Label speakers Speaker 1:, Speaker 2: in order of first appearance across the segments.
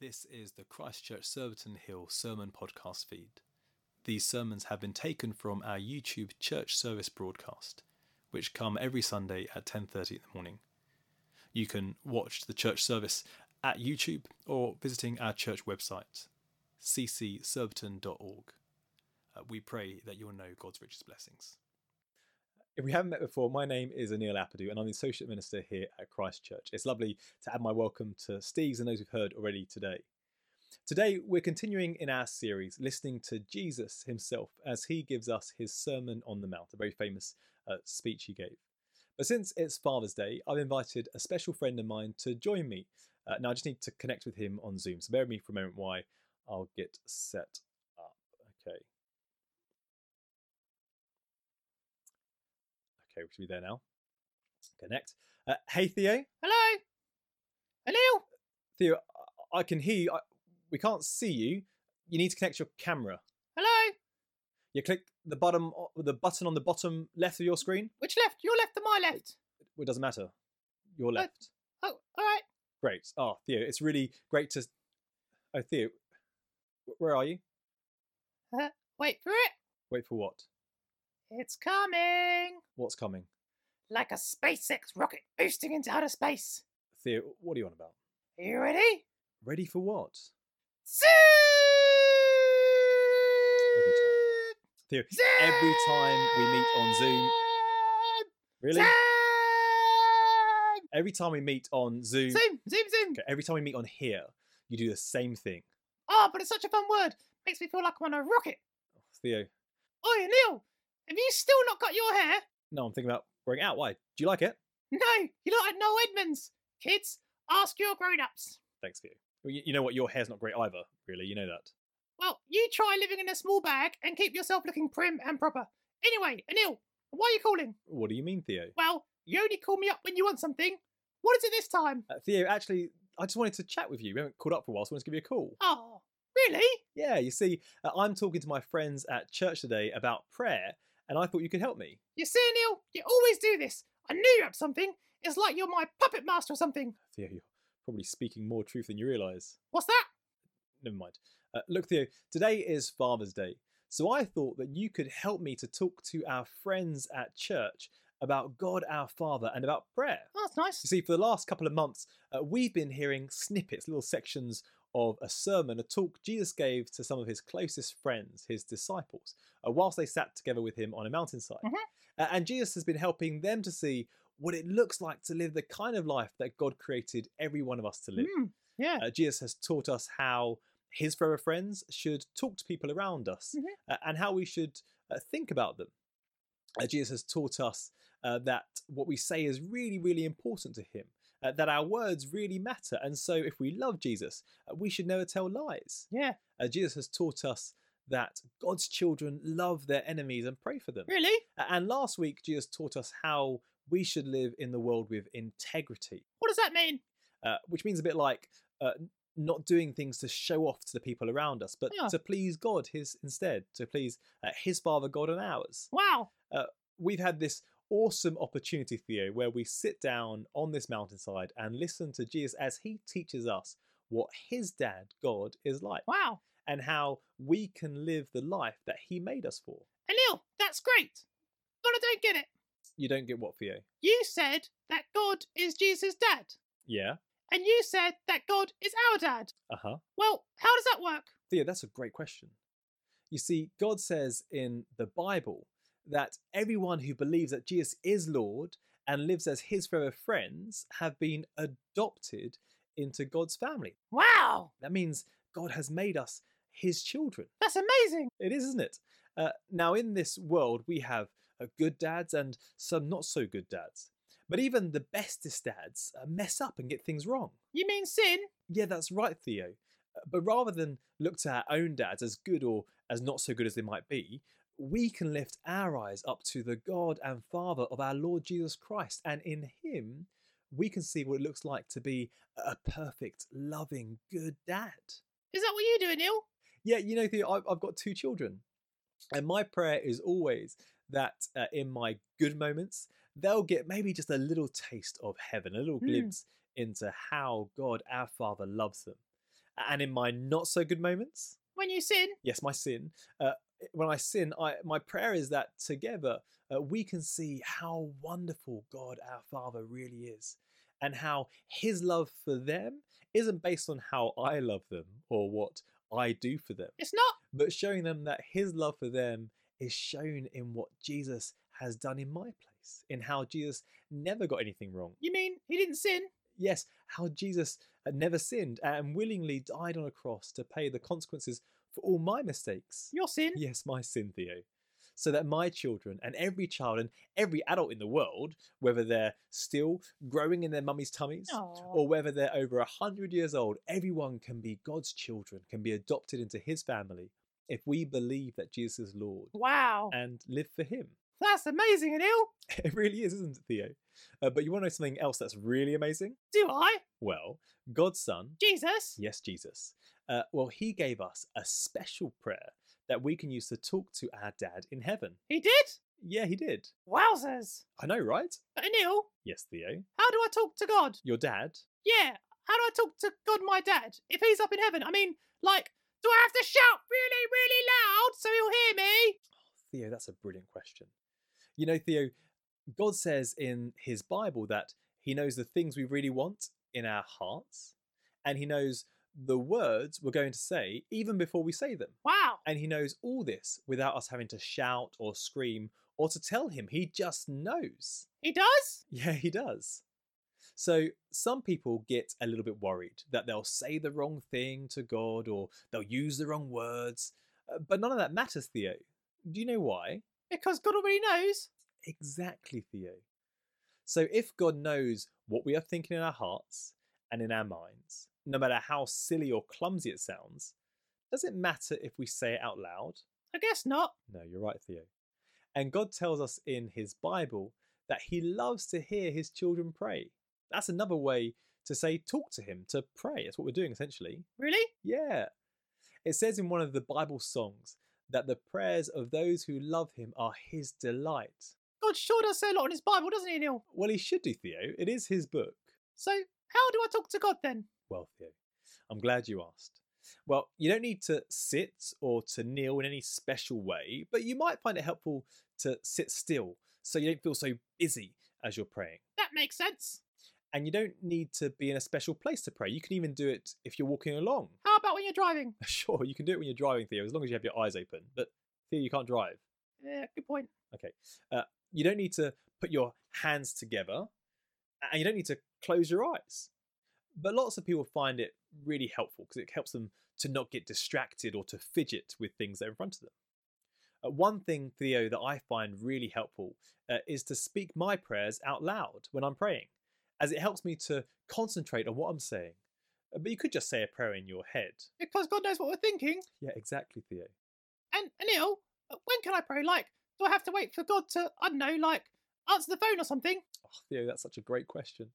Speaker 1: This is the Christchurch Surbiton Hill Sermon Podcast feed. These sermons have been taken from our YouTube church service broadcast, which come every Sunday at 10:30 in the morning. You can watch the church service at YouTube or visiting our church website, ccsurbiton.org. Uh, we pray that you'll know God's richest blessings. If we haven't met before, my name is Anil Apadu, and I'm the Associate Minister here at Christchurch. It's lovely to add my welcome to Steve's and those we've heard already today. Today, we're continuing in our series, listening to Jesus himself as he gives us his Sermon on the Mount, a very famous uh, speech he gave. But since it's Father's Day, I've invited a special friend of mine to join me. Uh, now, I just need to connect with him on Zoom, so bear with me for a moment while I'll get set up. Okay. Okay, we should be there now. Connect. Uh, hey, Theo.
Speaker 2: Hello? Hello?
Speaker 1: Theo, I I can hear you. I, we can't see you. You need to connect your camera.
Speaker 2: Hello?
Speaker 1: You click the bottom, o- the button on the bottom left of your screen.
Speaker 2: Which left? Your left or my left?
Speaker 1: Well, It doesn't matter. Your
Speaker 2: Oh.
Speaker 1: left.
Speaker 2: Oh, all right.
Speaker 1: Great. Oh, Theo, it's really great to. Oh, Theo, wh- where are you?
Speaker 2: Wait for it.
Speaker 1: Wait for what?
Speaker 2: It's coming.
Speaker 1: What's coming?
Speaker 2: Like a SpaceX rocket boosting into outer space.
Speaker 1: Theo, what are you on about?
Speaker 2: Are you ready?
Speaker 1: Ready for what?
Speaker 2: Zoom!
Speaker 1: Theo, every time we meet on Zoom, really? Every time we meet on Zoom,
Speaker 2: Zoom! Zoom! Zoom! Zoom!
Speaker 1: okay, every time we meet on here, you do the same thing.
Speaker 2: Oh, but it's such a fun word. Makes me feel like I'm on a rocket.
Speaker 1: Oh, Theo,
Speaker 2: Oi, Neil! Have you still not got your hair?
Speaker 1: no, I'm thinking about wearing it out. Why? Do you like it?
Speaker 2: No, you look like Noel Edmonds. Kids, ask your grown-ups.
Speaker 1: Thanks, Theo. Well, you, you know what? Your hair's not great either, really. You know that.
Speaker 2: Well, you try living in a small bag and keep yourself looking prim and proper. Anyway, Anil, why are you calling?
Speaker 1: What do you mean, Theo?
Speaker 2: Well, you only call me up when you want something. What is it this time?
Speaker 1: Uh, Theo, actually, I just wanted to chat with you. We haven't called up for a while, so I wanted to give you a call.
Speaker 2: Oh, really?
Speaker 1: Yeah, you see, uh, I'm talking to my friends at church today about prayer, and I thought you could help me.
Speaker 2: You see, Anil, you always do this. I knew you had something. It's like you're my puppet master or something.
Speaker 1: Theo, you're probably speaking more truth than you realise.
Speaker 2: What's that?
Speaker 1: Never mind. Uh, look, Theo, today is Father's Day, so I thought that you could help me to talk to our friends at church about God our Father and about prayer.
Speaker 2: Oh, that's nice.
Speaker 1: You see, for the last couple of months, uh, we've been hearing snippets, little sections of a sermon, a talk Jesus gave to some of his closest friends, his disciples, uh, whilst they sat together with him on a mountainside.
Speaker 2: Mhm.
Speaker 1: Uh, and Jesus has been helping them to see what it looks like to live the kind of life that God created every one of us to live.
Speaker 2: Mm, yeah.
Speaker 1: Uh, Jesus has taught us how his forever friends should talk to people around us
Speaker 2: Mhm.
Speaker 1: uh, and how we should uh, think about them. Uh, Jesus has taught us uh, that what we say is really, really important to him, uh, that our words really matter. And so if we love Jesus, uh, we should never tell lies.
Speaker 2: Yeah.
Speaker 1: Uh, Jesus has taught us that God's children love their enemies and pray for them.
Speaker 2: Really?
Speaker 1: Uh, And last week, Jesus taught us how we should live in the world with integrity
Speaker 2: What does that mean?
Speaker 1: uh, which means a bit like uh, n- not doing things to show off to the people around us, but
Speaker 2: Yeah.
Speaker 1: to please God his instead, to please uh, his Father God and ours.
Speaker 2: Wow.
Speaker 1: We've had this awesome opportunity, Theo, where we sit down on this mountainside and listen to Jesus as he teaches us what his dad, God, is like
Speaker 2: Wow.
Speaker 1: and how we can live the life that he made us for.
Speaker 2: Anil, that's great. But I don't get it.
Speaker 1: You don't get what, Theo?
Speaker 2: You said that God is Jesus' dad.
Speaker 1: Yeah.
Speaker 2: And you said that God is our dad.
Speaker 1: Uh huh.
Speaker 2: Well, how does that work?
Speaker 1: Theo, that's a great question. You see, God says in the Bible that everyone who believes that Jesus is Lord and lives as his forever friends have been adopted into God's family.
Speaker 2: Wow,
Speaker 1: That means God has made us his children.
Speaker 2: that's amazing.
Speaker 1: It is, isn't it? Uh, now, in this world, we have uh, good dads and some not so good dads. But even the bestest dads uh, mess up and get things wrong.
Speaker 2: You mean sin?
Speaker 1: Yeah, that's right, Theo. Uh, But rather than look to our own dads as good or as not so good as they might be, we can lift our eyes up to the God and Father of our Lord Jesus Christ. And in Him, we can see what it looks like to be a perfect, loving, good dad.
Speaker 2: Is that what you do, Neil?
Speaker 1: Yeah, you know, Theo, I've, I've got two children. And my prayer is always that uh, in my good moments, they'll get maybe just a little taste of heaven, a little
Speaker 2: Hmm.
Speaker 1: glimpse into how God, our Father, loves them. And in my not so good moments,
Speaker 2: When you sin,
Speaker 1: yes, my sin, uh, when I sin, I, my prayer is that together uh, we can see how wonderful God our Father really is and how his love for them isn't based on how I love them or what I do for them
Speaker 2: it's not.
Speaker 1: but showing them that his love for them is shown in what Jesus has done in my place, in how Jesus never got anything wrong.
Speaker 2: You mean he didn't sin?
Speaker 1: Yes, how Jesus had never sinned and willingly died on a cross to pay the consequences for all my mistakes.
Speaker 2: Your sin?
Speaker 1: Yes, my sin, Theo. So that my children and every child and every adult in the world, whether they're still growing in their mummy's tummies
Speaker 2: Aw.
Speaker 1: or whether they're over 100 years old, everyone can be God's children, can be adopted into his family if we believe that Jesus is Lord
Speaker 2: Wow.
Speaker 1: and live for him.
Speaker 2: That's amazing, Anil.
Speaker 1: It really is, isn't it, Theo? Uh, but you want to know something else that's really amazing?
Speaker 2: Do I?
Speaker 1: Well, God's Son,
Speaker 2: Jesus?
Speaker 1: yes, Jesus, uh, well, he gave us a special prayer that we can use to talk to our dad in heaven.
Speaker 2: He did?
Speaker 1: Yeah, he did.
Speaker 2: Wowzers.
Speaker 1: I know, right?
Speaker 2: But Anil,
Speaker 1: Yes, Theo.
Speaker 2: how do I talk to God?
Speaker 1: Your dad?
Speaker 2: Yeah, how do I talk to God, my dad, if he's up in heaven? I mean, like, do I have to shout really, really loud so he'll hear me?
Speaker 1: Theo, that's a brilliant question. You know, Theo, God says in his Bible that he knows the things we really want in our hearts, and he knows the words we're going to say even before we say them.
Speaker 2: Wow.
Speaker 1: And he knows all this without us having to shout or scream or to tell him. He just knows.
Speaker 2: He does?
Speaker 1: Yeah, he does. So some people get a little bit worried that they'll say the wrong thing to God or they'll use the wrong words. Uh, But none of that matters, Theo. Do you know why?
Speaker 2: Because God already knows.
Speaker 1: Exactly, Theo. So if God knows what we are thinking in our hearts and in our minds, no matter how silly or clumsy it sounds, does it matter if we say it out loud?
Speaker 2: I guess not.
Speaker 1: No, you're right, Theo. And God tells us in his Bible that he loves to hear his children pray. That's another way to say talk to him, to pray. That's what we're doing essentially.
Speaker 2: Really?
Speaker 1: Yeah. It says in one of the Bible songs that the prayers of those who love him are his delight.
Speaker 2: God sure does say a lot in his Bible, doesn't he, Neil?
Speaker 1: Well, he should do, Theo. It is his book.
Speaker 2: So, how do I talk to God then?
Speaker 1: Well, Theo, I'm glad you asked. Well, you don't need to sit or to kneel in any special way, but you might find it helpful to sit still so you don't feel so busy as you're praying.
Speaker 2: That makes sense.
Speaker 1: And you don't need to be in a special place to pray. You can even do it if you're walking along.
Speaker 2: How about when you're driving?
Speaker 1: Sure, you can do it when you're driving, Theo, as long as you have your eyes open. But Theo, you can't drive.
Speaker 2: Yeah, good point.
Speaker 1: You don't need to put your hands together and you don't need to close your eyes. But lots of people find it really helpful because it helps them to not get distracted or to fidget with things that are in front of them. Uh, one thing, Theo, that I find really helpful uh, is to speak my prayers out loud when I'm praying, as it helps me to concentrate on what I'm saying. Uh, But you could just say a prayer in your head.
Speaker 2: Because God knows what we're thinking.
Speaker 1: Yeah, exactly, Theo.
Speaker 2: And Anil, when can I pray? Like, do I have to wait for God to, I don't know, like, answer the phone or something?
Speaker 1: Oh, Theo, that's such a great question.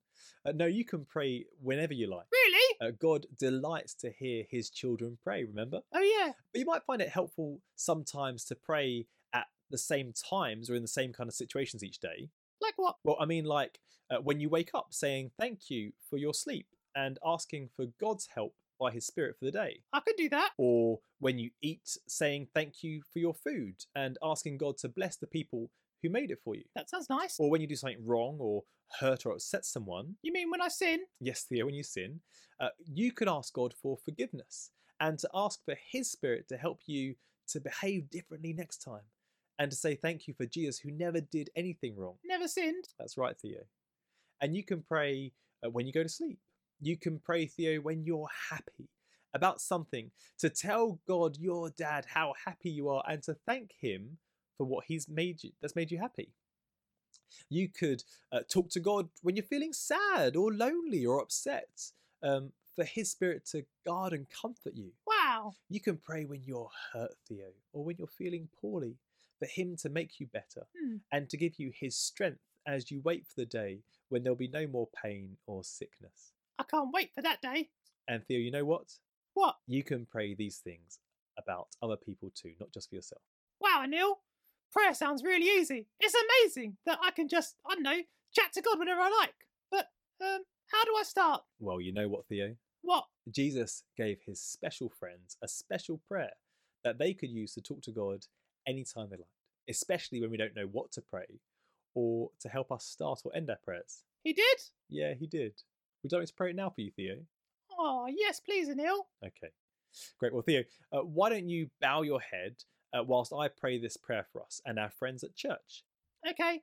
Speaker 1: Uh, no, you can pray whenever you like.
Speaker 2: Really?
Speaker 1: Uh, God delights to hear his children pray, remember?
Speaker 2: Oh, yeah.
Speaker 1: But you might find it helpful sometimes to pray at the same times or in the same kind of situations each day.
Speaker 2: Like what?
Speaker 1: Well, I mean, like uh, when you wake up saying thank you for your sleep and asking for God's help by his spirit for the day.
Speaker 2: I could do that.
Speaker 1: Or when you eat, saying thank you for your food and asking God to bless the people who made it for you.
Speaker 2: That sounds nice.
Speaker 1: Or when you do something wrong or hurt or upset someone,
Speaker 2: You mean when I sin?
Speaker 1: yes, Theo, when you sin, uh, you can ask God for forgiveness and to ask for His Spirit to help you to behave differently next time and to say thank you for Jesus who never did anything wrong.
Speaker 2: Never sinned.
Speaker 1: That's right, Theo. And you can pray uh, when you go to sleep. You can pray, Theo, when you're happy about something to tell God, your dad, how happy you are and to thank him for what he's made you that's made you happy. You could uh, talk to God when you're feeling sad or lonely or upset um, for his spirit to guard and comfort you.
Speaker 2: Wow.
Speaker 1: You can pray when you're hurt, Theo, or when you're feeling poorly, for Him to make you better
Speaker 2: Hmm.
Speaker 1: and to give you His strength as you wait for the day when there'll be no more pain or sickness.
Speaker 2: I can't wait for that day.
Speaker 1: And Theo, you know what?
Speaker 2: What?
Speaker 1: You can pray these things about other people too, not just for yourself.
Speaker 2: Wow, Anil. Prayer sounds really easy. It's amazing that I can just, I don't know, chat to God whenever I like. But, um, how do I start?
Speaker 1: Well, you know what, Theo?
Speaker 2: What?
Speaker 1: Jesus gave his special friends a special prayer that they could use to talk to God anytime they liked, especially when we don't know what to pray or to help us start or end our prayers.
Speaker 2: He did?
Speaker 1: Yeah, he did. Would you like me to pray it now for you, Theo?
Speaker 2: Oh, yes, please, Anil.
Speaker 1: Okay. Great. Well, Theo, uh, why don't you bow your head uh, whilst I pray this prayer for us and our friends at church?
Speaker 2: Okay.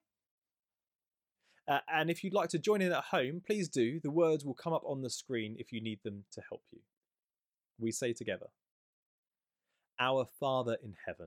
Speaker 1: Uh, and if you'd like to join in at home, please do. The words will come up on the screen if you need them to help you. We say together Our Father in heaven,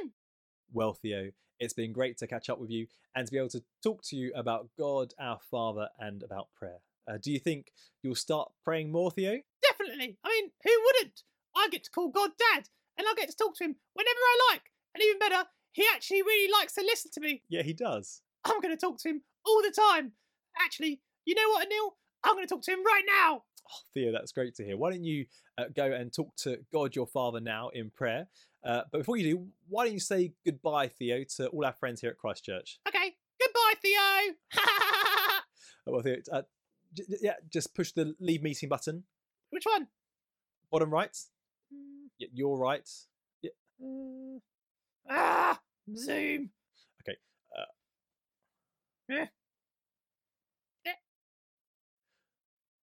Speaker 2: Amen.
Speaker 1: Well, Theo, it's been great to catch up with you and to be able to talk to you about God, our Father, and about prayer. Uh, do you think you'll start praying more, Theo?
Speaker 2: Definitely. I mean, who wouldn't? I get to call God Dad, and I get to talk to him whenever I like. And even better, he actually really likes to listen to me.
Speaker 1: Yeah, he does.
Speaker 2: I'm going to talk to him all the time. Actually, you know what, Anil? I'm going to talk to him right now.
Speaker 1: Oh, Theo, that's great to hear. Why don't you uh, go and talk to God, your Father, now in prayer? Uh, but before you do, why don't you say goodbye, Theo, to all our friends here at Christchurch?
Speaker 2: Okay. Goodbye, Theo.
Speaker 1: Uh, Well, Theo, uh, j- j- yeah, just push the leave meeting button,
Speaker 2: Which one?
Speaker 1: bottom right.
Speaker 2: Mm,
Speaker 1: Y- You're right.
Speaker 2: mm. uh, Ah, Zoom.
Speaker 1: Okay, uh.
Speaker 2: Eh.